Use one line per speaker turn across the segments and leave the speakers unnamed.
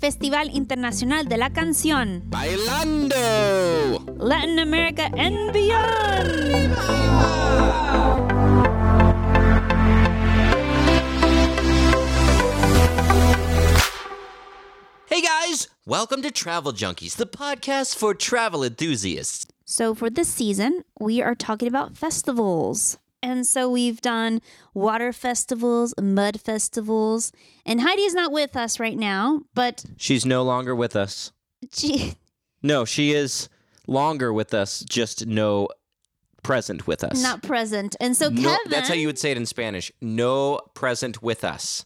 Festival Internacional de la Canción
Bailando.
Latin America and Beyond.
Hey guys, welcome to Travel Junkies, the podcast for travel enthusiasts.
So, for this season, we are talking about festivals. And so, we've done water festivals, mud festivals, and Heidi is not with us right now, but
She's no longer with us.
she,
No, she is longer with us, just no present with us.
not present. And so,
No-
Kevin.
that's how you would say it in Spanish. No present with us.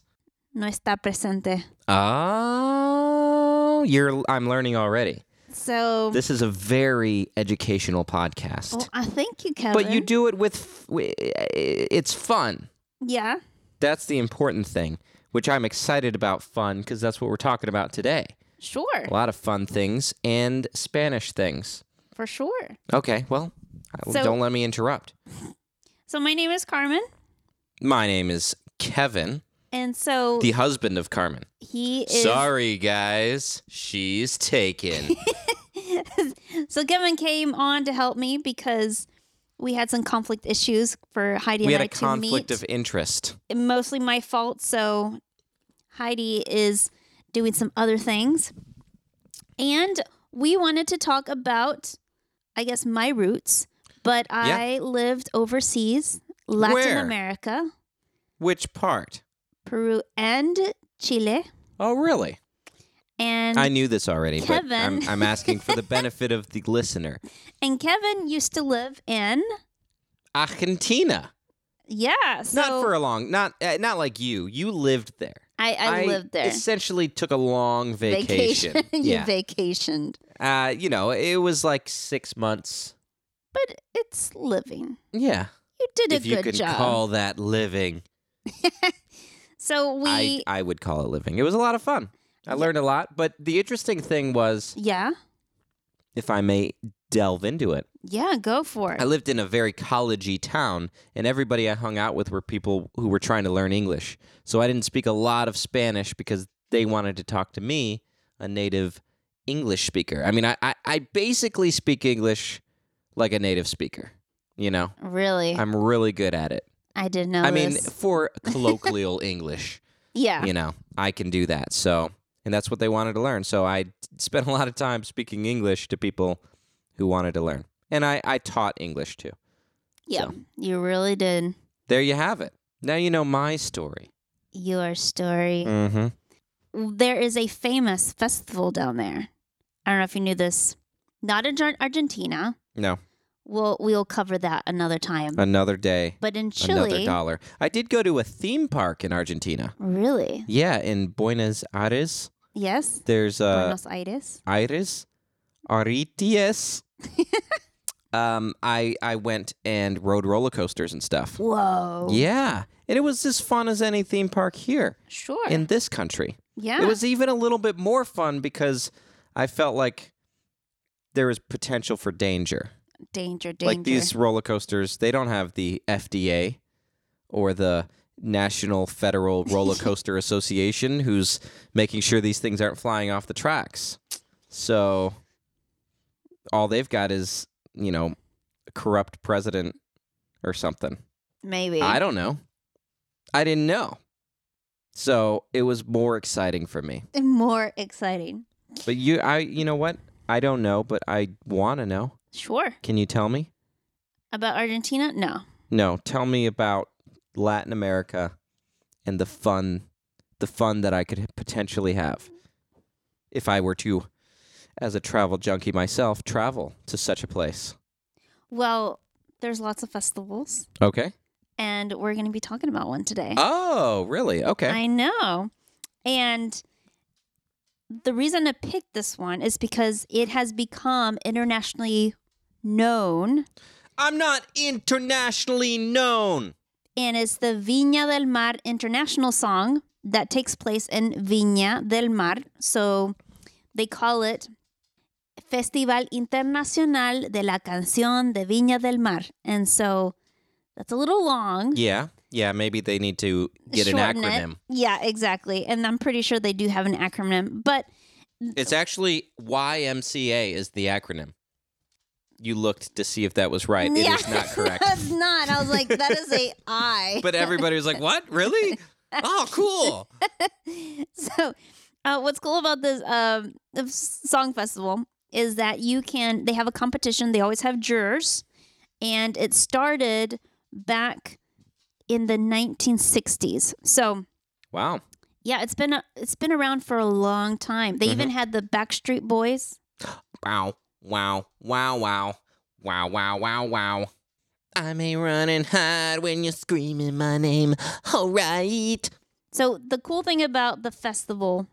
No está presente.
Oh, you're I'm learning already.
So,
This is a very educational podcast.
well, I thank you, Kevin.
but you do it with wi- it's fun.
Yeah.
That's the important thing, which I'm excited about fun because that's what we're talking about today.
Sure.
A lot of fun things and Spanish things.
For sure.
Okay, well, I-
So-
don't let me interrupt.
So, my name is Carmen.
My name is Kevin,
And so,
the husband of Carmen.
he is.
Sorry, guys. She's taken.
So Kevin came on to help me because we had some conflict issues for Heidi
we
and
had
I
a
to
conflict
meet.
of interest.
Mostly my fault. So Heidi is doing some other things, and we wanted to talk about, I guess, my roots. But I lived overseas, Latin
Where?
America,
Which part?
Peru, and Chile,
Oh, really?
and
I knew this already,
Kevin.
but I'm, I'm asking for the benefit of the listener.
and Kevin used to live in.
Argentina.
Yeah, so
not for a long, not uh, not like you. You lived there.
I, I, lived there.
Essentially, took a long vacation.
you
yeah,
vacationed.
uh, you know, it was like six months.
But it's living.
Yeah,
You did a
if you
good
could
job.
call that living,
so we
I I would call it living. It was a lot of fun. I learned a lot, but the interesting thing was,
Yeah.
if I may delve into it,
Yeah, go for it.
I lived in a very collegey town, and everybody I hung out with were people who were trying to learn English. So I didn't speak a lot of Spanish because they wanted to talk to me, a native English speaker. I mean, I, I, I basically speak English like a native speaker. You know,
really? I'm,
I'm really good at it.
I did not know
I mean,
this.
for colloquial English,
yeah.
you know, I can do that. So, and that's what they wanted to learn. So I d- spent a lot of time speaking English to people who wanted to learn. And I, I taught English too.
yeah.
so.
You really did
There you have it. Now you know my story.
your story.
Mm-hmm.
There is a famous festival down there. I don't know if you knew this. Not in Jar- Argentina.
No,
We'll we'll cover that another time.
another day,
but in
another
Chile,
dollar. I did go to a theme park in Argentina.
really?
Yeah, in Buenos Aires.
Yes.
There's uh,
Buenos Aires.
Aires, Arities. um, I I went and rode roller coasters and stuff.
Whoa.
Yeah, and it was as fun as any theme park here
Sure.
in this country.
yeah.
It was even a little bit more fun because I felt like there was potential for danger.
danger, danger.
like these roller coasters they don't have the fda or the national federal roller coaster association who's making sure these things aren't flying off the tracks so all they've got is you know a corrupt president or something
Maybe.
i don't know i didn't know so it was more exciting for me
More exciting.
but you i you know what i don't know but i want to know
Sure.
can you tell me
About Argentina? No.
No, tell me about Latin America and the fun the fun that I could potentially have if I were to as a travel junkie myself travel to such a place.
Well, there's lots of festivals,
Okay?
and we're going to be talking about one today.
Oh, really? Okay.
I know. And the reason I picked this one is because it has become internationally known,
I'm not internationally known.
and it's the Viña del Mar international song that takes place in Viña del Mar. So they call it Festival Internacional de la Canción de Viña del Mar. And so that's a little long.
Yeah. Yeah, maybe they need to get
shorten
an
it.
acronym.
Yeah, exactly. And I'm pretty sure they do have an acronym, but
It's actually YMCA is the acronym. You looked to see if that was right.
yeah,
It is not correct.
that's not. I was like, that is a I.
but everybody was like, "What? Really? Oh, cool."
so uh, what's cool about this um, the s- song festival is that you can they have a competition they always have jurors and it started back in the 1960s so
Wow.
yeah it's been a, it's been around for a long time they even had the backstreet boys
Wow. Wow. Wow. Wow. Wow. Wow. Wow. Wow. I may run and hide when you're screaming my name. All right.
so the cool thing about the festival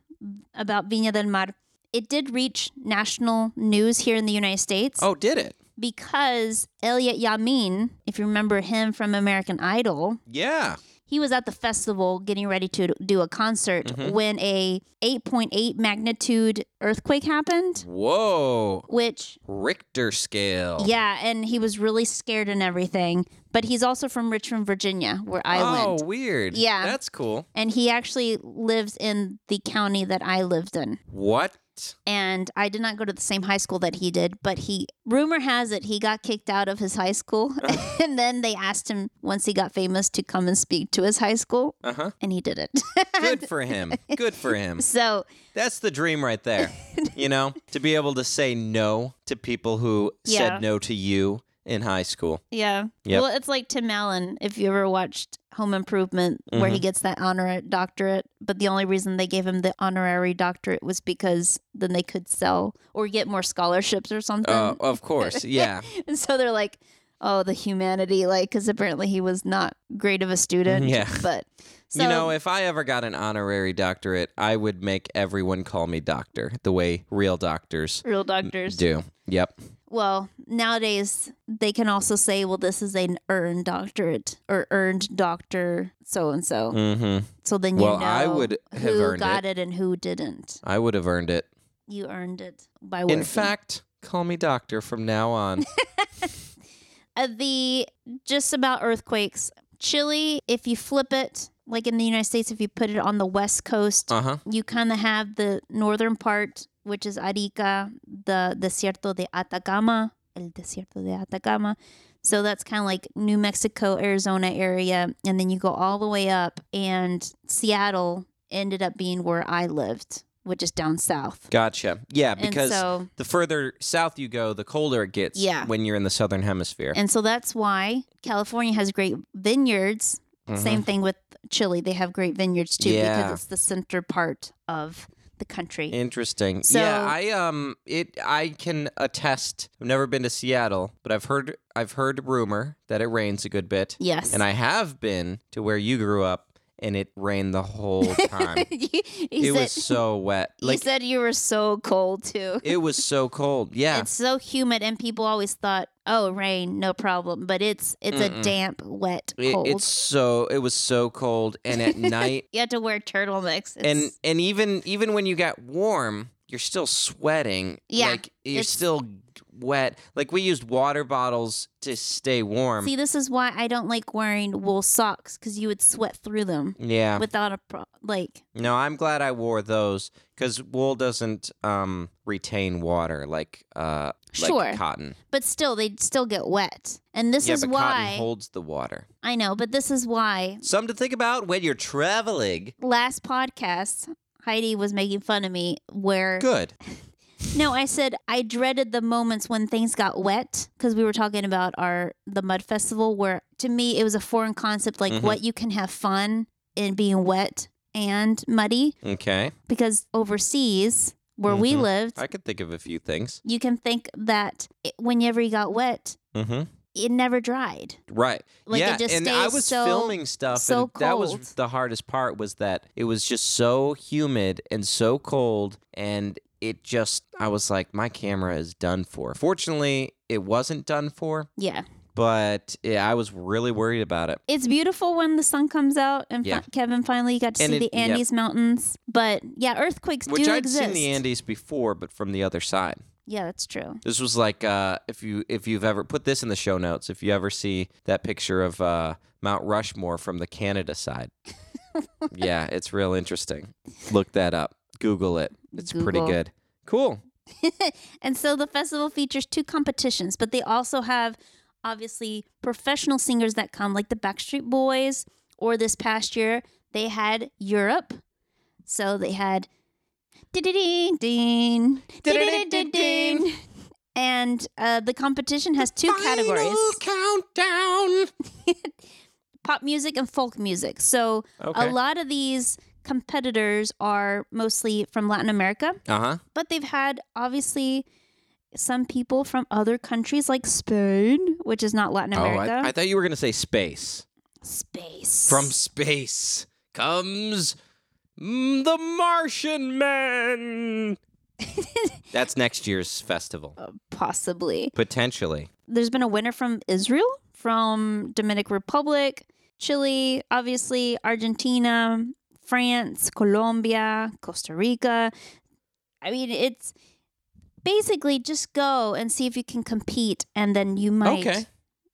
about Viña del Mar it did reach national news here in the United States
Oh, did it?
because Elliot Yamin, if you remember him from American Idol,
Yeah.
he was at the festival getting ready to do a concert when a 8.8 magnitude earthquake happened,
Whoa.
which
Richter scale.
yeah, and he was really scared and everything, but he's also from Richmond, Virginia, where I
oh,
went.
weird.
Yeah.
That's cool.
And he actually lives in the county that I lived in.
What?
And I did not go to the same high school that he did, but he, rumor has it, he got kicked out of his high school. and then they asked him, once he got famous, to come and speak to his high school.
Uh huh.
And he did it.
Good for him. Good for him.
so,
That's the dream right there. You know, to be able to say no to people who
Yeah.
said no to you in high school.
yeah.
Yep.
Well, it's like Tim Allen, if you ever watched Home Improvement, where
Mm-hmm.
he gets that honorary doctorate. But the only reason they gave him the honorary doctorate was because then they could sell or get more scholarships or something.
Uh, of course. Yeah.
And so they're like, oh, the humanity, like, because apparently he was not great of a student.
Yeah.
But so,
you know, if I ever got an honorary doctorate, I would make everyone call me doctor the way real doctors
real doctors.
do. Yep.
well, nowadays they can also say, well, this is an earned doctorate or earned doctor so and so.
hmm
So then you
Well,
know
I would have
who
earned
got it. and who didn't.
I would have earned it.
You earned it by working.
In fact, call me doctor from now on.
Uh, the just about earthquakes. Chile, if you flip it, like in the United States, if you put it on the west coast,
Uh huh.
you kind of have the northern part, which is Arica, the Desierto de Atacama, El Desierto de Atacama. So that's kind of like New Mexico, Arizona area. And then you go all the way up, and Seattle ended up being where I lived, which is down south.
Gotcha. Yeah, because
and so,
the further south you go, the colder it gets
Yeah.
when you're in the southern hemisphere.
and so that's why California has great vineyards.
Mhm.
Same thing with Chile. They have great vineyards too
Yeah.
because it's the center part of the country.
Interesting.
So-
yeah, I um it I can attest. I've never been to Seattle, but I've heard I've heard rumor that it rains a good bit.
yes.
And I have been to where you grew up and it rained the whole time.
He- he
it
said-
was so wet. Like
you said you were so cold too.
it was so cold. Yeah.
It's so humid, and people always thought, "Oh, rain, no problem." But it's it's a
Mm-mm.
damp, wet,
It-
cold.
it's so it was so cold and at night
you had to wear turtlenecks. It's,
and and even even when you got warm, you're still sweating.
Yeah,
Like you're
it's-
still wet. Like we used water bottles to stay warm.
see, this is why I don't like wearing wool socks because you would sweat through them
yeah.
without a pro- like.
No, I'm glad I wore those because wool doesn't um, retain water like uh, like
Sure.
cotton.
But still, they'd still get wet, and this
yeah,
is
but
why
cotton holds the water.
I know. But this is why
Something to think about when you're traveling.
last podcast Heidi was making fun of me where
Good.
No, I said I dreaded the moments when things got wet because we were talking about our the mud festival where to me it was a foreign concept like
Mhm.
what you can have fun in being wet and muddy
Okay,
because overseas where we
Mhm.
lived
I could think of a few things.
you can think that it, whenever you got wet
Mm-hmm.
it never dried.
Right.
Like, it
yeah,
just
and I
stays
was
so-
filming stuff,
so
and that
cold.
was the hardest part. Was that it was just so humid and so cold, and it just I was like, my camera is done for. Fortunately, it wasn't done for.
Yeah.
but yeah, I was really worried about it.
It's beautiful when the sun comes out and fi-
Yeah.
Kevin finally got to
And
see
it-
the
yeah.
Andes mountains. But yeah, earthquakes
Which
do
I'd
exist.
seen the Andes before, but from the other side.
Yeah, that's true.
This was like uh, if you if you've ever put this in the show notes, if you ever see that picture of uh, Mount Rushmore from the Canada side. yeah, it's real interesting. Look that up. Google it. It's pretty
Google.
good. Cool.
And so the festival features two competitions, but they also have obviously professional singers that come, like the Backstreet Boys, or this past year, they had Europe. So they had ding ding ding and uh, the competition has two categories
Final Countdown.
pop music and folk music so
Okay.
a lot of these competitors are mostly from latin america
Uh huh.
but they've had obviously some people from other countries like Spain, which is not Latin
Oh,
America.
I, I thought you were gonna say space.
Space.
From space comes mm, the Martian Man. That's next year's festival,
Oh. possibly.
potentially.
There's been a winner from Israel, from Dominican Republic, Chile, obviously, Argentina, France, Colombia, Costa Rica. I mean, it's basically just go and see if you can compete and then you might
Okay.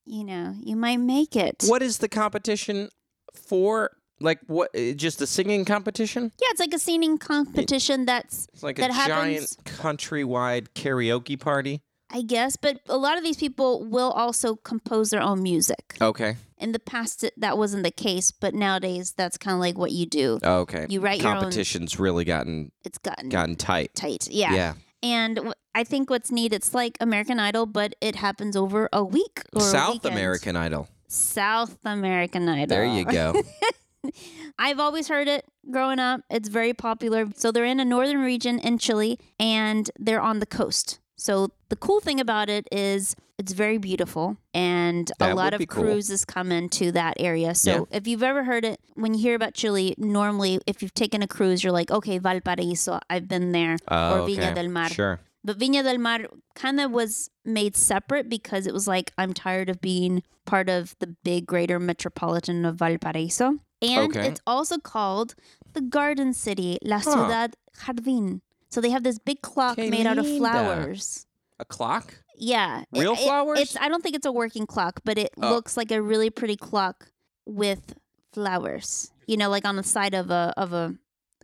you know, you might make it.
What is the competition for? Like what? eh, Just a singing competition?
Yeah, it's like a singing competition that's
It's like
That
a
happens-
giant countrywide karaoke party.
I guess, but a lot of these people will also compose their own music.
Okay.
In the past, it- that wasn't the case, but nowadays that's kind of like what you do.
Oh, Okay.
You write your own.
Competition's really gotten
It's gotten
gotten tight.
tight, yeah.
yeah.
And w- I think what's neat, it's like American Idol, but it happens over a week or a
South
weekend.
American Idol.
South American Idol.
There you go.
I've always heard it growing up. It's very popular. So they're in a northern region in Chile and they're on the coast. So the cool thing about it is it's very beautiful and
That
a lot
would
of
be cool.
cruises come into that area. So if you've ever heard it, when you hear about Chile, normally if you've taken a cruise, you're like, okay, Valparaiso, I've been there,
Oh,
or Viña del Mar.
Sure.
But Viña del Mar kind
Mm.
of was made separate because it was like, I'm tired of being part of the big greater metropolitan of Valparaiso. And
Okay.
it's also called the Garden City, La
Huh.
Ciudad Jardín. So they have this big clock
Que
made out of
linda.
flowers.
A clock?
Yeah. It-
Real
it-
flowers?
it's I don't think it's a working clock, but it
Oh.
looks like a really pretty clock with flowers. You know, like on the side of a of a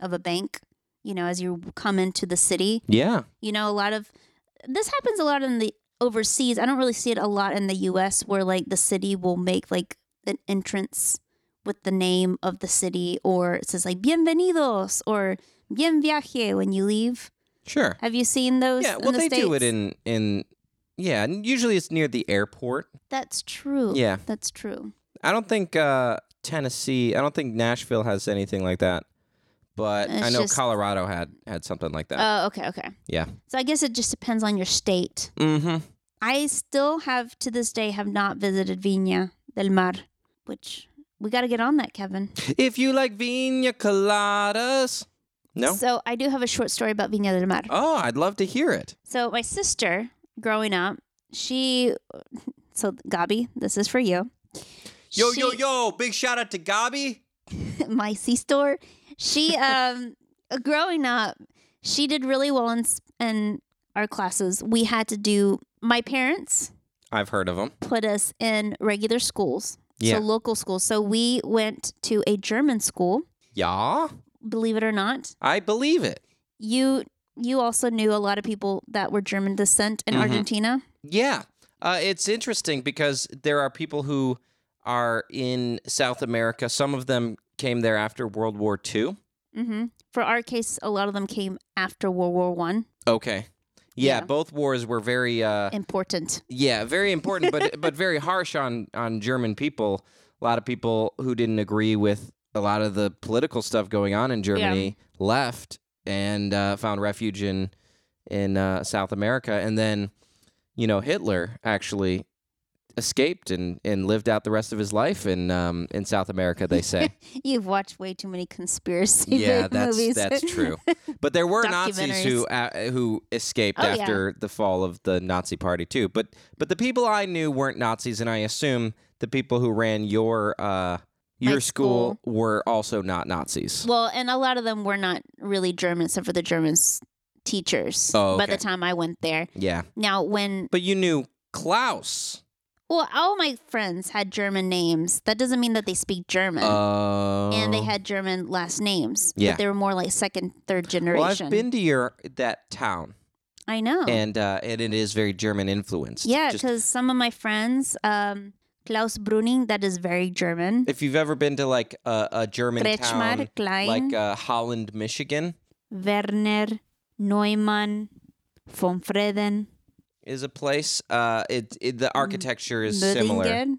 of a bank, you know, as you come into the city.
yeah.
You know, a lot of this happens a lot in the overseas. I don't really see it a lot in the US where like the city will make like an entrance with the name of the city or it says like bienvenidos or bien viaje when you leave.
Sure.
Have you seen those?
Yeah.
in
Well,
the
they do it
States?
in in. Yeah, and usually it's near the airport.
That's true.
Yeah.
That's true.
I don't think uh, Tennessee. I don't think Nashville has anything like that. But I
It's
know
just-
Colorado had had something like that.
Oh, okay, okay.
Yeah.
So I guess it just depends on your state.
mm-hmm.
I still have to this day have not visited Viña del Mar, which we got to get on that, Kevin.
If you like vina coladas, no.
So I do have a short story about Viña del Mar.
oh, I'd love to hear it.
So my sister, growing up, she so Gabi, this is for you.
Yo yo
She-
yo! Big shout out to Gabi.
my C store. She um growing up, she did really well in s- in our classes. We had to do my parents
I've heard of him.
put us in regular schools. So
Yeah.
local schools. So we went to a German school,
Yeah,
believe it or not.
I believe it.
You you also knew a lot of people that were German descent in
Mhm.
Argentina.
Yeah. Uh, it's interesting because there are people who are in South America. Some of them came there after World War II.
hmm For our case, a lot of them came after World War One.
Okay. Yeah,
Yeah.
both wars were very uh,
Important.
yeah, very important but but very harsh on on German people. A lot of people who didn't agree with a lot of the political stuff going on in Germany left and uh, found refuge in in uh, South America and then you know Hitler actually escaped and, and lived out the rest of his life in um, in South America they say.
You've watched way too many conspiracy
yeah, that's
movies.
that's true. But there were Nazis who uh, who escaped
Oh, yeah.
after the fall of the Nazi party too. But but the people I knew weren't Nazis, and I assume the people who ran your uh, your
My
school, were also not Nazis.
well, and a lot of them were not really German, except for the Germans teachers.
Oh,
By
okay.
the time I went there,
Yeah,
now when
but you knew Klaus.
Well, all my friends had German names. That doesn't mean that they speak German.
Oh.
Mm. and they had German last names.
Yeah.
But they were more like second, third generation.
Well, I've been to your that town,
I know.
and uh, and it is very German influenced.
Oh. yeah,
Just-
because some of my friends, um, Klaus Bruning, that is very German.
if you've ever been to like a, a German town,
Kretschmer, Klein,
like uh, Holland, Michigan,
Werner, Neumann, von Freden,
is a place. Uh, it, it
Mm-hmm.
the architecture is similar.
Bödingen.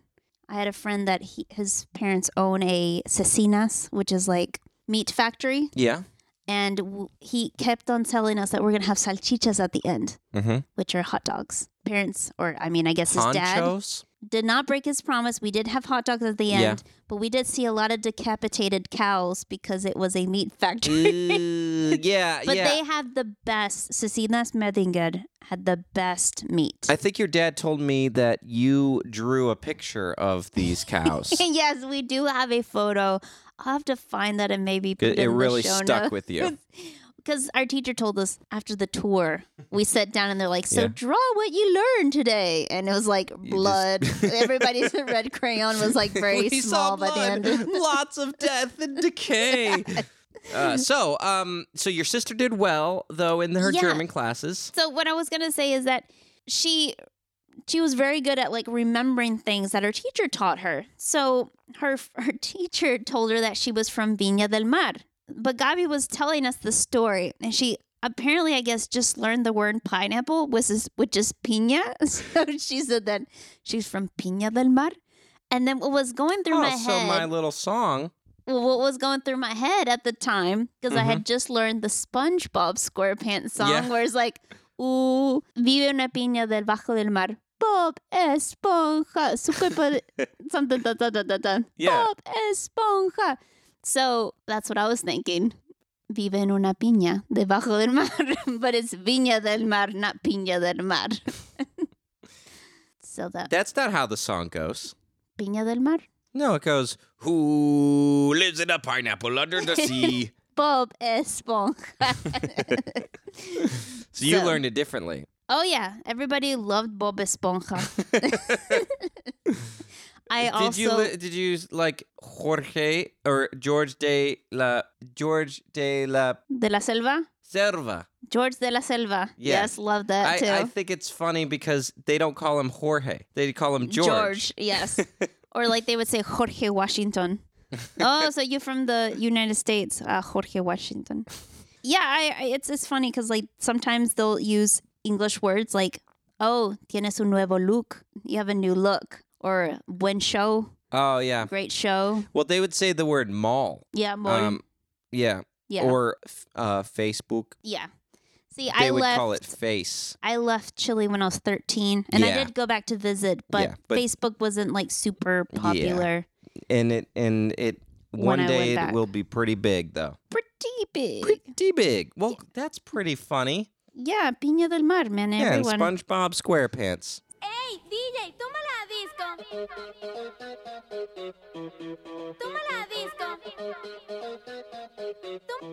I had a friend that he, his parents own a cecinas, which is like meat factory,
Yeah.
and w- he kept on telling us that we're gonna have salchichas at the end,
Mm-hmm.
which are hot dogs. Parents, or I mean, I guess his dad
Ponchos.
did not break his promise. We did have hot dogs at the end,
Yeah.
but we did see a lot of decapitated cows because it was a meat factory.
Ooh, yeah,
but
yeah.
they have the best. Cecinas Medinger had the best meat.
I think your dad told me that you drew a picture of these cows. it
yes, we do have a photo. I'll have to find that and maybe put it,
it really stuck with you.
Because our teacher told us after the tour, we sat down and they're like, "So
Yeah.
draw what you learned today," and it was like blood. Everybody's red crayon was like very
We
small
saw
by the
blood,
end.
lots of death and decay. Uh, so, um, so your sister did well though in her
Yeah.
German classes.
So what I was gonna say is that she she was very good at like remembering things that her teacher taught her. So her her teacher told her that she was from Viña del Mar, but Gabi was telling us the story, and she apparently I guess just learned the word pineapple which is which is piña. So she said that she's from Piña del Mar. And then what was going through
oh,
my
so
head
my little song.
well, what was going through my head at the time because I had just learned the SpongeBob SquarePants song,
Mm-hmm. Yeah.
where it's like, "Ooh, vive una piña del bajo del mar, Bob Esponja, su cuerpo de- something da da da da da,
Yeah.
Bob Esponja." So that's what I was thinking. Vive en una piña debajo del mar, but it's Viña del Mar, not Piña del Mar. so that
That's not how the song goes.
Piña del Mar,
No, it goes, Who lives in a pineapple under the sea?
Bob Esponja.
so you
So-
learned it differently.
Oh yeah, everybody loved Bob Esponja. I
did
also
you li- did you s- like Jorge or George de la George de la
de la Selva,
Serva?
George de la Selva.
Yeah.
Yes, love that
I,
too.
I think it's funny because they don't call him Jorge. They call him George.
yes. or like they would say Jorge Washington. oh, so you're from the United States, uh, Jorge Washington. Yeah, I, I, it's it's funny because like sometimes they'll use English words like "oh, tienes un nuevo look," you have a new look, or "buen show,"
Oh yeah.
great show.
Well, they would say the word mall.
Yeah, more.
Um, yeah.
yeah,
Or f- uh, Facebook.
yeah. See,
They
I
would
left.
call it face.
I left Chile when I was 13 and I
Yeah.
did go back to visit, but,
Yeah, but-
Facebook wasn't like super popular.
and it and it
When
one
I went
day
back.
it will be pretty big though.
Pretty big.
Pretty big. Well, that's pretty funny.
yeah, Piña del Mar, man.
Yeah, and
everyone.
SpongeBob SquarePants.
¡Ey, DJ, toma la disco! ¡Toma la disco!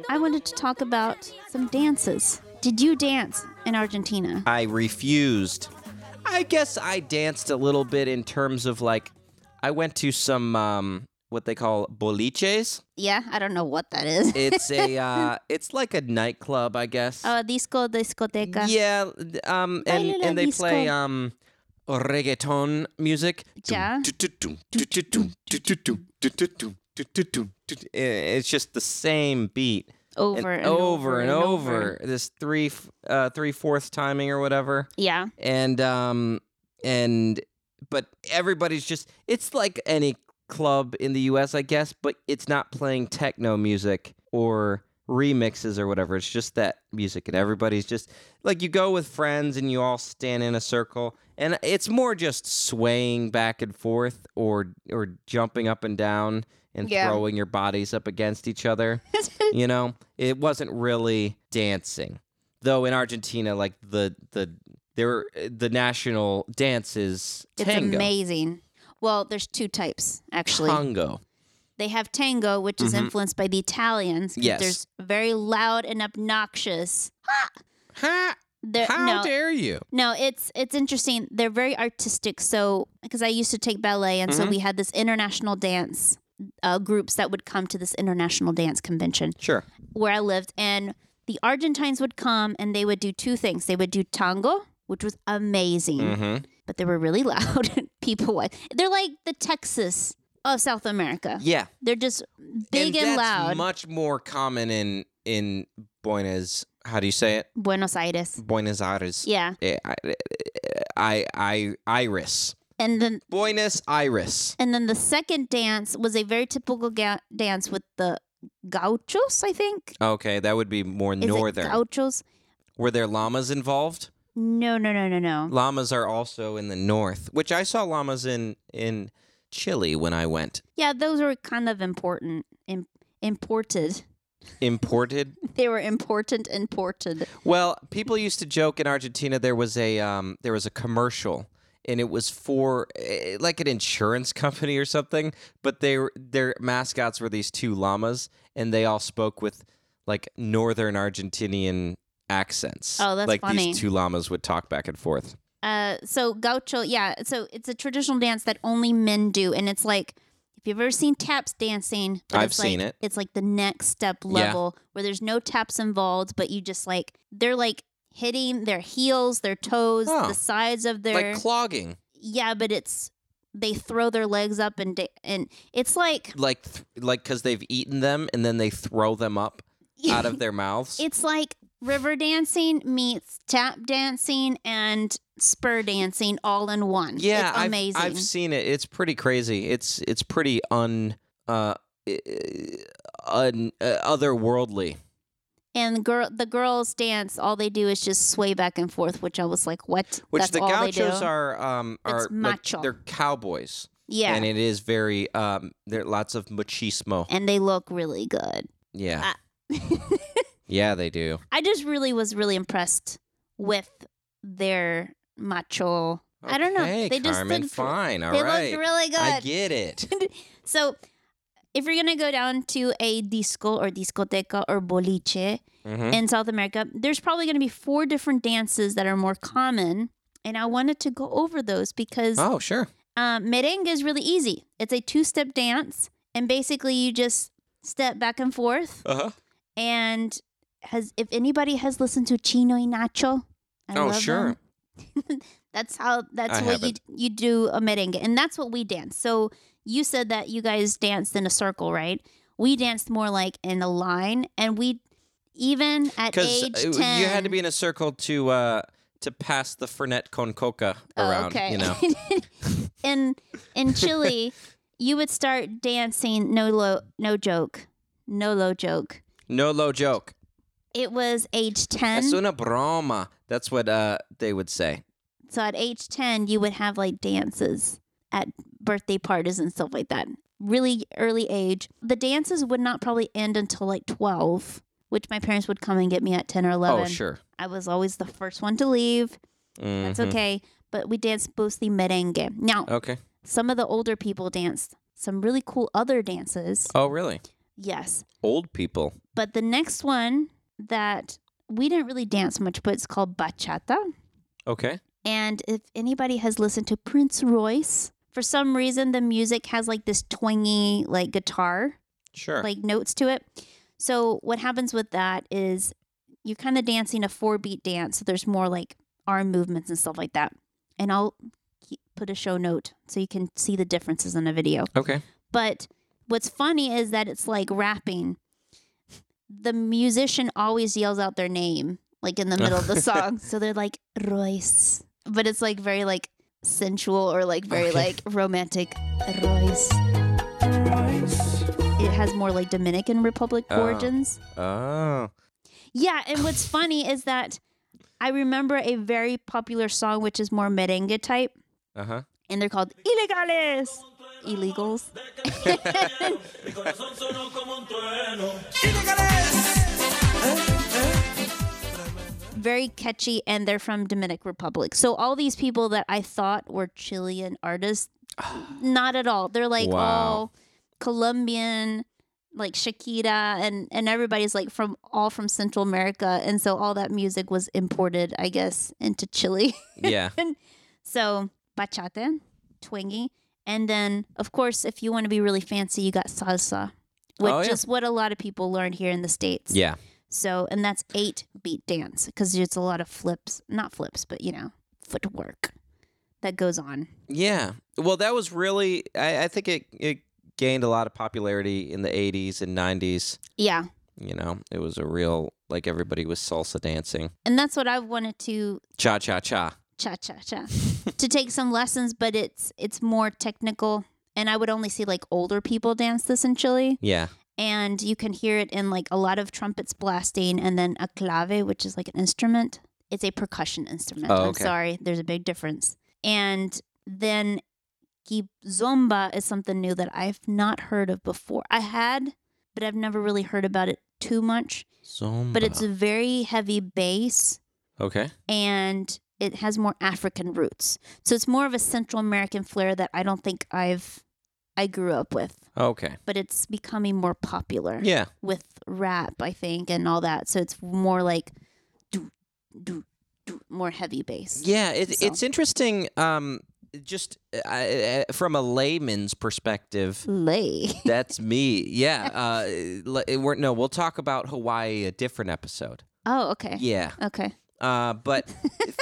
I wanted to talk about some dances. Did you dance in Argentina?
I refused. I guess I danced a little bit in terms of like I went to some um what they call boliches.
Yeah, I don't know what that is.
It's a uh it's like a nightclub, I guess.
Oh, disco, discoteca.
Yeah, th- um, and
Baila la
and they
disco.
play um, reggaeton music.
Yeah.
Eh, It's just the same beat and
Over and,
over and over. This three f- uh, three fourth timing or whatever,
Yeah.
and um, and but everybody's just it's like any club in the U.S. I guess, but it's not playing techno music or remixes or whatever. It's just that music, and everybody's just like you go with friends and you all stand in a circle, and it's more just swaying back and forth or or jumping up and down and
Yeah.
throwing your bodies up against each other. you know, it wasn't really dancing, though. In Argentina, like the the there the national dance is
It's
tango.
amazing. Well, there's two types, actually.
Tango.
they have tango, which is
Mhm.
influenced by the Italians. 'cause
Yes.
There's very loud and obnoxious.
Ha!
They're,
How
no,
dare you?
No, it's it's interesting. They're very artistic. So because I used to take ballet, and
Mm-hmm.
so we had this international dance uh, groups that would come to this international dance convention
Sure.
where I lived, and the Argentines would come and they would do two things. They would do tango, which was amazing,
Mm-hmm.
but they were really loud. People, wa- they're like the Texas of South America.
Yeah.
They're just big and,
that's
loud.
Much more common in in Buenos. How do you say it?
Buenos Aires.
Buenos Aires.
Yeah,
Eh, I, I, I, Iris.
and then
Buenos Iris.
And then the second dance was a very typical ga- dance with the gauchos, I think.
Okay, that would be more
Is it
northern.
gauchos?
Were there llamas involved?
No, no, no, no, no.
Llamas are also in the north, which I saw llamas in in Chile when I went.
Yeah, those were kind of important. Im- imported.
Imported.
They were important, imported.
well, people used to joke in Argentina there was a um, there was a commercial and it was for eh, like an insurance company or something, but they were- their mascots were these two llamas and they all spoke with like northern Argentinian accents.
Oh, that's
like
funny.
these two llamas would talk back and forth.
Uh, so gaucho, yeah. So it's a traditional dance that only men do, and it's like if you've ever seen taps dancing, but
I've
it's
seen
like-
it.
It's like the next step level where there's no taps involved, but you just like they're like hitting their heels, their toes,
Oh.
the sides of their
Like clogging.
yeah, but it's they throw their legs up and da- and it's like
like th- like because they've eaten them and then they throw them up out of their mouths.
it's like river dancing meets tap dancing and spur dancing all in one.
yeah,
it's
I've-
amazing.
I've, seen it. It's pretty crazy. It's it's pretty un uh, i- un uh, otherworldly.
and girl, the girls dance. All they do is just sway back and forth, which I was like, what?
Which
That's
the
all they
gauchos
do?
are um
It's
are like,
macho.
they're cowboys.
Yeah,
and
and,
it is very um there are lots of machismo.
they look really good.
Yeah,
uh,
yeah, they do.
I just really was really impressed with their macho. I don't know.
Okay,
They just
Carmen,
did-
fine. All
they
right,
looked really good.
I get it.
So, if you're gonna go down to a disco or discoteca or boliche
Mhm.
in South America, there's probably gonna be four different dances that are more common, and I wanted to go over those because
Oh sure.
um, merengue is really easy. It's a two-step dance, and basically you just step back and forth.
Uh huh.
And has if anybody has listened to Chino y Nacho, I
Oh
love
sure.
them. That's how. That's
I
what
haven't.
you you do a merengue, and that's what we dance. So you said that you guys danced in a circle, right? We danced more like in a line, and we even at
because uh,
age
you
ten,
had to be in a circle to uh, to pass the Fernet con Coca
Oh,
around. You know,
in in Chile, you would start dancing. No lo, no joke, no low joke.
no low joke.
It was age ten.
Es una broma. That's what uh, they would say.
So at age 10, you would have like dances at birthday parties and stuff like that. Really early age. The dances would not probably end until like 12, which my parents would come and get me at 10 or 11.
Oh, sure.
I was always the first one to leave. That's
Mhm.
okay. But we danced mostly merengue. Now,
Okay.
some of the older people danced some really cool other dances.
Oh, really?
Yes.
Old people.
But the next one that we didn't really dance much, but it's called bachata.
Okay.
And if anybody has listened to Prince Royce, for some reason the music has like this twangy like guitar
Sure.
like notes to it. So what happens with that is you're kind of dancing a four beat dance. So there's more like arm movements and stuff like that. And I'll keep, put a show note so you can see the differences in the video.
okay.
But what's funny is that it's like rapping. The musician always yells out their name, like in the middle of the song. So they're like Royce, but it's like very like sensual or like very
Okay.
like romantic Royce. It has more like Dominican Republic
Oh.
origins.
Oh.
Yeah, and what's funny is that I remember a very popular song which is more merengue type
Uh huh.
and they're called illegales. Illegals. Very catchy, and they're from Dominican Republic. So all these people that I thought were Chilean artists, not at all. They're like
Wow.
all Colombian, like Shakira and and everybody's like from all from Central America, and so all that music was imported, I guess, into Chile.
yeah.
So bachata, twingy, and then of course, if you want to be really fancy, you got salsa, which
Oh, yeah.
is what a lot of people learned here in the states.
Yeah.
So, and that's eight beat dance because it's a lot of flips, not flips, but you know, footwork that goes on.
Yeah. Well, that was really, I, I think it, it gained a lot of popularity in the 80s and 90s.
Yeah.
You know, it was a real, like everybody was salsa dancing.
And that's what I wanted to
Cha cha cha.
cha cha cha to take some lessons, but it's it's more technical. And I would only see like older people dance this in Chile.
Yeah.
and you can hear it in like a lot of trumpets blasting and then a clave which is like an instrument it's a percussion instrument
Oh,
i'm
okay.
sorry there's a big difference and then kizomba is something new that i've not heard of before i had but i've never really heard about it too much
Zumba.
but it's a very heavy bass
Okay.
and it has more african roots so it's more of a central american flair that i don't think i've i grew up with
Okay.
but it's becoming more popular
Yeah.
with rap, I think, and all that. So it's more like do do do more heavy bass.
Yeah, it,
So-
it's interesting. Um, just uh, from a layman's perspective,
Lay.
that's me. Yeah. Uh, le- we're, no, we'll talk about Hawaii a different episode.
Oh, okay.
Yeah.
Okay.
Uh, but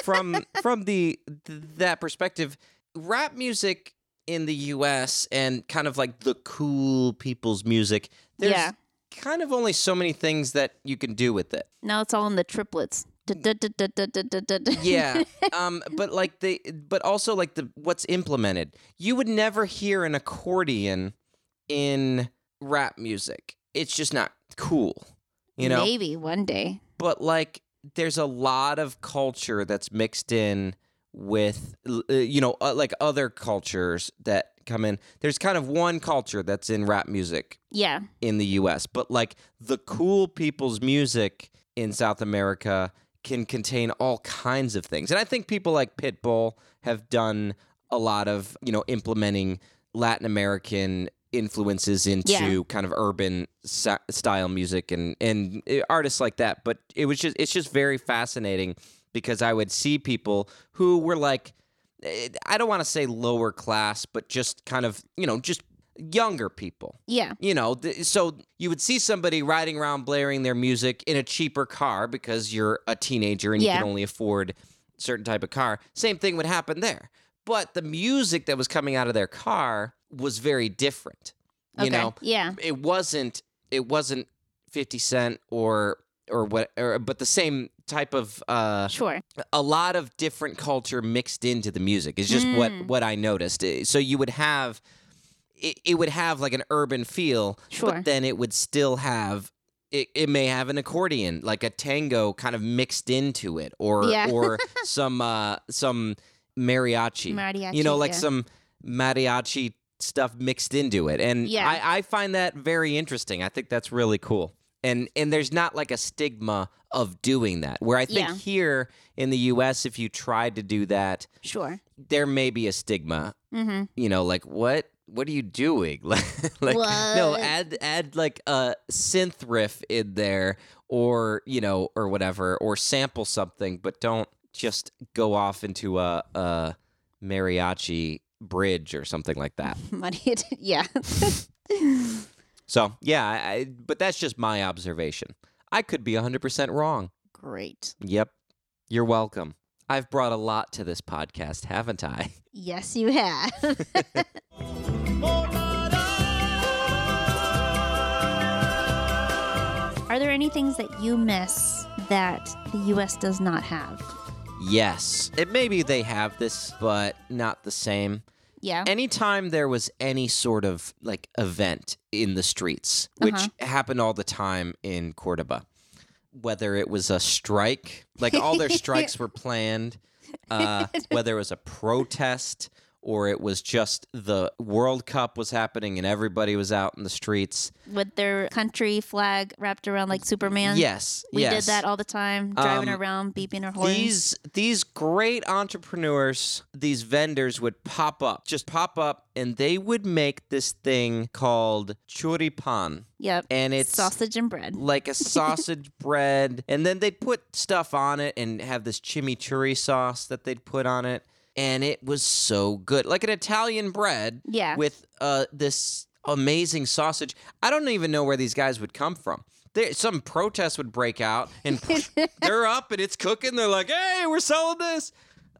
from from the th- that perspective, rap music in the U.S. and kind of like the cool people's music. There's
Yeah.
kind of only so many things that you can do with it.
Now it's all in the triplets. Du- du- du- du- du- du- du- du- du.
yeah um but like the but also like the what's implemented you would never hear an accordion in rap music it's just not cool you know
Maybe one day.
but like there's a lot of culture that's mixed in with l- uh, you know uh, like other cultures that come in there's kind of one culture that's in rap music
Yeah.
in the US, but like the cool people's music in South America can contain all kinds of things. And I think people like Pitbull have done a lot of, you know, implementing Latin American influences into
Yeah.
kind of urban sa- style music and and uh, artists like that, but it was just it's just very fascinating because I would see people who were like eh, I don't want to say lower class, but just kind of, you know, just younger people
Yeah.
you know th- so you would see somebody riding around blaring their music in a cheaper car because you're a teenager and you
Yeah.
can only afford certain type of car same thing would happen there but the music that was coming out of their car was very different you
Okay.
know
yeah.
it wasn't it wasn't 50 cent or or what or but the same type of uh
Sure.
a lot of different culture mixed into the music is just what
Mm.
what I noticed. Uh, So you would have it, it would have like an urban feel,
Sure.
but then it would still have it, it may have an accordion, like a tango kind of mixed into it or
Yeah.
or some uh some mariachi.
Mariachi,
you know, like
yeah.
some mariachi stuff mixed into it. And
Yeah.
I, I find that very interesting. I think that's really cool. And and there's not like a stigma of doing that. Where I think
Yeah.
here in the US, if you tried to do that,
Sure.
there may be a stigma.
Mm-hmm.
You know, like what what are you doing? like no,
What?
add add like a synth riff in there or you know, or whatever, or sample something, but don't just go off into a, a mariachi bridge or something like that.
Money. yeah.
So yeah, I, I, but that's just my observation. I could be 100% wrong.
Great.
Yep. You're welcome. I've brought a lot to this podcast, haven't I?
Yes, you have. Are there any things that you miss that the U.S. does not have?
Yes. It maybe they have this, but not the same.
Yeah.
Eh. Anytime there was any sort of like event in the streets, which
Uh-huh.
happened all the time in Cordoba, whether it was a strike, like all their strikes were planned, uh, whether it was a protest or it was just the World Cup was happening and everybody was out in the streets.
with their country flag wrapped around like Superman.
yes,
Uh-huh. We
yes.
did that all the time, driving
Um,
around, beeping our horns.
these these great entrepreneurs, these vendors would pop up, just pop up, and they would make this thing called choripan,
yep.
and it's
sausage and bread.
like a sausage bread, and then they'd put stuff on it and have this chimichurri sauce that they'd put on it, and it was so good, like an Italian bread
Yeah.
with uh this amazing sausage. I don't even know where these guys would come from. There, some protest would break out, and they're up and it's cooking. They're like, "Hey, we're selling this."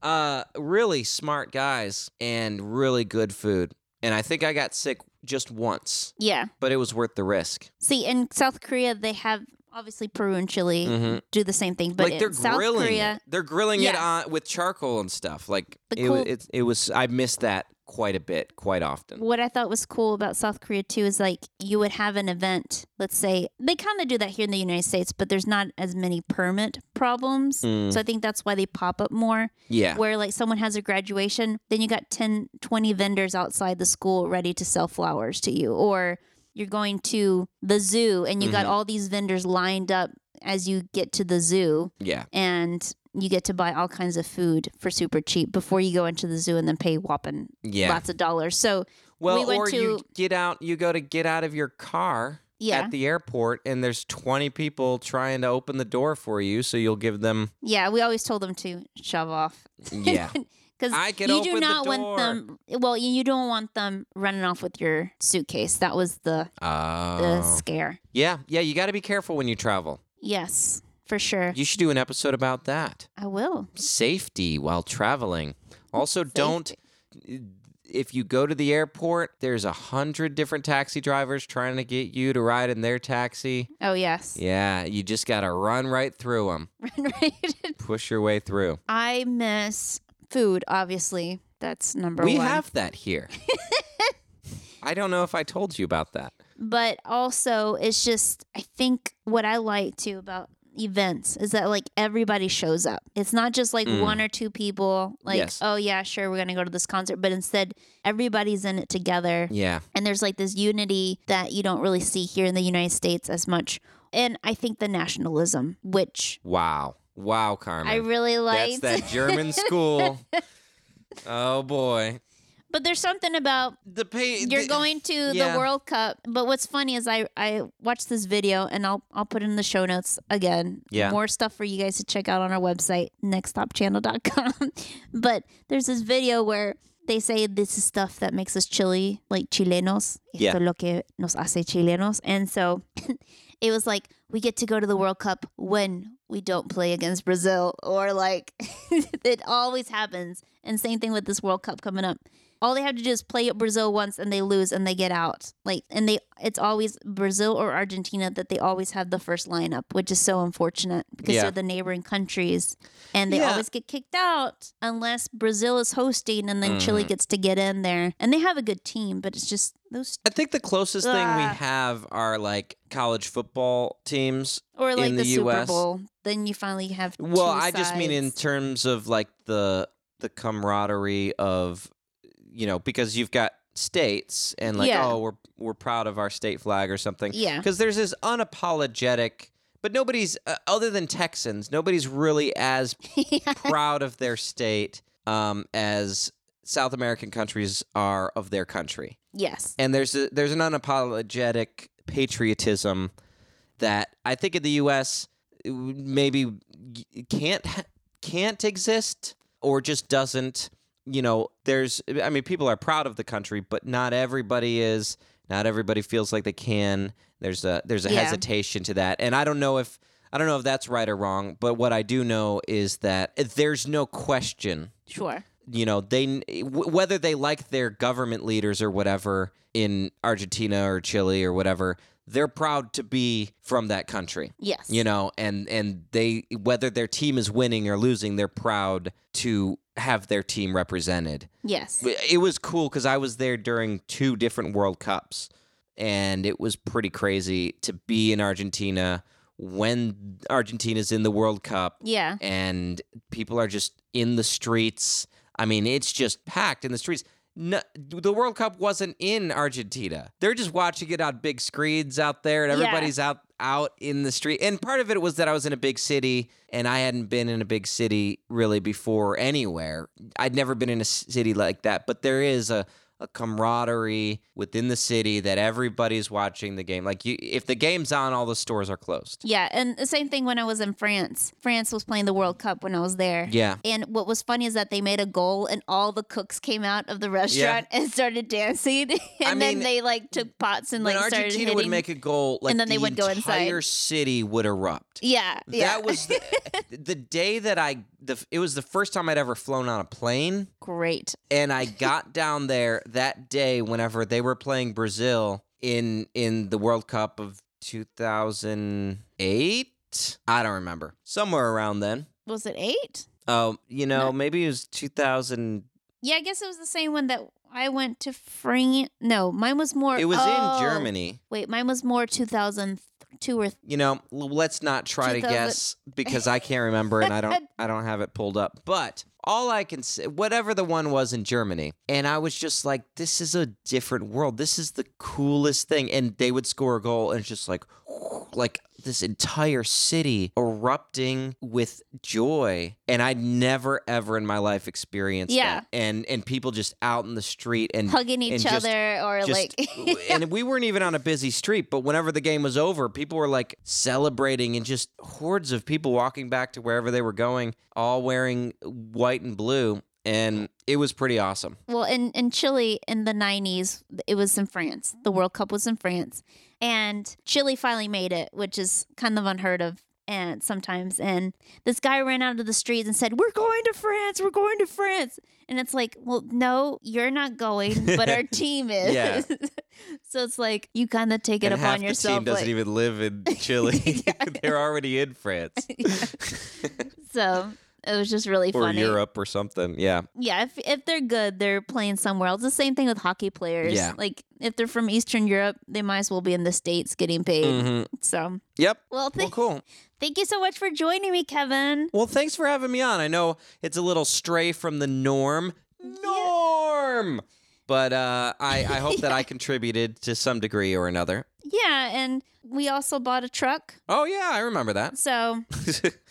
Uh, really smart guys and really good food. And I think I got sick just once,
yeah.
but it was worth the risk.
See, in South Korea, they have obviously Peru and Chile
Mhm.
do the same thing, but
like
in
they're
South
grilling
Korea,
it. They're grilling it
Yeah.
on, with charcoal and stuff. Like
The
it, wa-
cool-
it, it was. I missed that quite a bit, quite often.
what I thought was cool about South Korea too is like you would have an event. Let's say they kind of do that here in the United States, but there's not as many permit problems. So I think that's why they pop up more.
Mm. Yeah.
Where like someone has a graduation, then you got 10, 20 vendors outside the school ready to sell flowers to you. Or you're going to the zoo and you got
Mhm.
all these vendors lined up as you get to the zoo
yeah.
and you get to buy all kinds of food for super cheap before you go into the zoo and then pay whopping
Yeah.
lots of dollars. So
Well,
we went
or you
to-
get out, you go to get out of your car
Yeah.
at the airport, and there's 20 people trying to open the door for you, so you'll give them.
Yeah, we always told them to shove off.
Yeah.
Because
I can
you
open
do
the
not
door.
want them. Well, you you don't want them running off with your suitcase. That was the, the
Oh.
scare.
Yeah, yeah, you got to be careful when you travel.
Yes, for sure.
You should do an episode about that.
I will.
Safety while traveling. Also, don't. If you go to the airport, there's a hundred different taxi drivers trying to get you to ride in their taxi.
Oh yes.
Yeah, you just got to run right through them.
Right.
Push your way through.
I miss food. Obviously, that's number
we
one.
have that here. I don't know if I told you about that.
but also it's just I think what I like too about events is that like everybody shows up. It's not just like
Mm.
one or two people like
Yes.
oh yeah, sure we're going to go to this concert, but instead everybody's in it together
Yeah.
and there's like this unity that you don't really see here in the United States as much. And I think the nationalism, which
Wow. Wow, Carmen.
I really
That's
liked.
that German school. oh boy.
but there's something about
The pay.
you're
the-
going to
yeah.
the World Cup. But what's funny is I I watched this video and I'll I'll put it in the show notes again.
Yeah.
More stuff for you guys to check out on our website, nextstopchannel.com. but there's this video where they say this is stuff that makes us chilly, like chilenos.
Yeah.
Esto es lo que nos hace chilenos. And so it was like we get to go to the World Cup when we don't play against Brazil, or like it always happens. And same thing with this World Cup coming up. All they have to do is play Brazil once, and they lose, and they get out. Like, and they it's always Brazil or Argentina that they always have the first lineup, which is so unfortunate because
Yeah.
they're the neighboring countries, and they
Yeah.
always get kicked out unless Brazil is hosting, and then Chile
Mhm.
gets to get in there, and they have a good team, but it's just those
I think the closest thing we
Ah.
have are like college football teams.
Or like
in
the,
the
Super
US.
Bowl, then you finally have.
Well,
two
I just mean in
sides.
terms of like the the camaraderie of you know because you've got states and like
Yeah.
oh we're we're proud of our state flag or something.
yeah,
because there's this unapologetic but nobody's uh, other than texans nobody's really as
yeah,
proud of their state um, as south american countries are of their country
yes,
and there's a, there's an unapologetic patriotism that i think in the us it would maybe y- can't ha- can't exist or just doesn't you know there's i mean people are proud of the country but not everybody is not everybody feels like they can there's a there's a
Yeah.
hesitation to that and i don't know if i don't know if that's right or wrong but what i do know is that there's no question
sure,
you know they w- whether they like their government leaders or whatever in Argentina or Chile or whatever they're proud to be from that country
yes,
you know and and they whether their team is winning or losing they're proud to have their team represented
yes,
it was cool cuz I was there during two different World Cups and it was pretty crazy to be in Argentina when Argentina's in the World Cup
yeah,
and people are just in the streets. I mean, it's just packed in the streets. No, the World Cup wasn't in Argentina. They're just watching it on big screens out there, and
Yeah.
everybody's out out in the street. And part of it was that I was in a big city, and I hadn't been in a big city really before anywhere. I'd never been in a city like that. But there is a a camaraderie within the city that everybody's watching the game. Like you, if the game's on, all the stores are closed.
Yeah, and the same thing when I was in France. France was playing the World Cup when I was there.
Yeah.
And what was funny is that they made a goal and all the cooks came out of the restaurant and started dancing. and then
mean,
they like took pots and like
when
started
Argentina
hitting.
would make a goal, like
and then they
the
would go
entire
inside.
city would erupt.
yeah, yeah.
That was the, the day that I the it was the first time I'd ever flown on a plane
great.
and I got down there that day whenever they were playing Brazil in in the World Cup of 2008. I don't remember. Somewhere around then.
Was it eight?
Oh, you know,
No.
maybe it was 2000
Yeah, I guess it was the same one that I went to France. No, mine was more.
It was
oh,
in Germany.
Wait, mine was more 2002 or
You know, l- let's not try to
2000
guess because I can't remember and I don't I don't have it pulled up. But all I can say whatever the one was in Germany, and I was just like, this is a different world. This is the coolest thing. And they would score a goal and it's just like like this entire city erupting with joy. And I'd never ever in my life experienced
Yeah.
that. And and people just out in the street and
hugging each
Mm. and just-
other or
just-
like.
and we weren't even on a busy street, but whenever the game was over, people were like celebrating and just hordes of people walking back to wherever they were going, all wearing white and blue. And it was pretty awesome.
Well, in, in Chile in the 90s, it was in France. The World Cup was in France. And Chile finally made it, which is kind of unheard of and sometimes. And this guy ran out of the streets and said, We're going to France. We're going to France. And it's like, Well, no, you're not going, but our team is.
Yeah.
so it's like, you kind of take it
and half
upon
the
yourself.
team doesn't
like-
even live in Chile; they're already in France
so it was just really
or
funny.
Europe or something. Yeah,
Yeah, if if they're good, they're playing somewhere else. The same thing with hockey players.
Yeah.
Like if they're from Eastern Europe, they might as well be in the States getting paid.
Mhm.
So
yep.
well,
Well,
thank
cool.
thank you so much for joining me, Kevin.
Well, thanks for having me on. I know it's a little stray from the norm. Norm! But uh, I, I hope that I contributed to some degree or another.
Yeah, and we also bought a truck.
Oh, yeah, I remember that.
So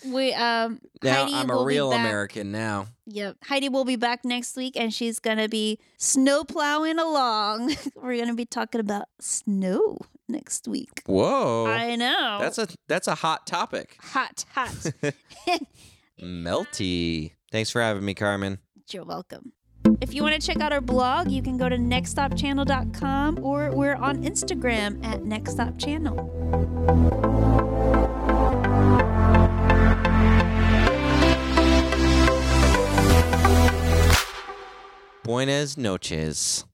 we um
now
Heidi
I'm a
will be
real
back-
American now.
Yep. Heidi will be back next week and she's gonna be snow plowing along. We're gonna be talking about snow next week.
Whoa.
I know.
Oh. that's a that's a hot topic.
hot, hot.
Melty. Thanks for having me, Carmen.
You're welcome. If you want to check out our blog, you can go to nextstopchannel.com or we're on Instagram at nextstopchannel.
Buenas noches.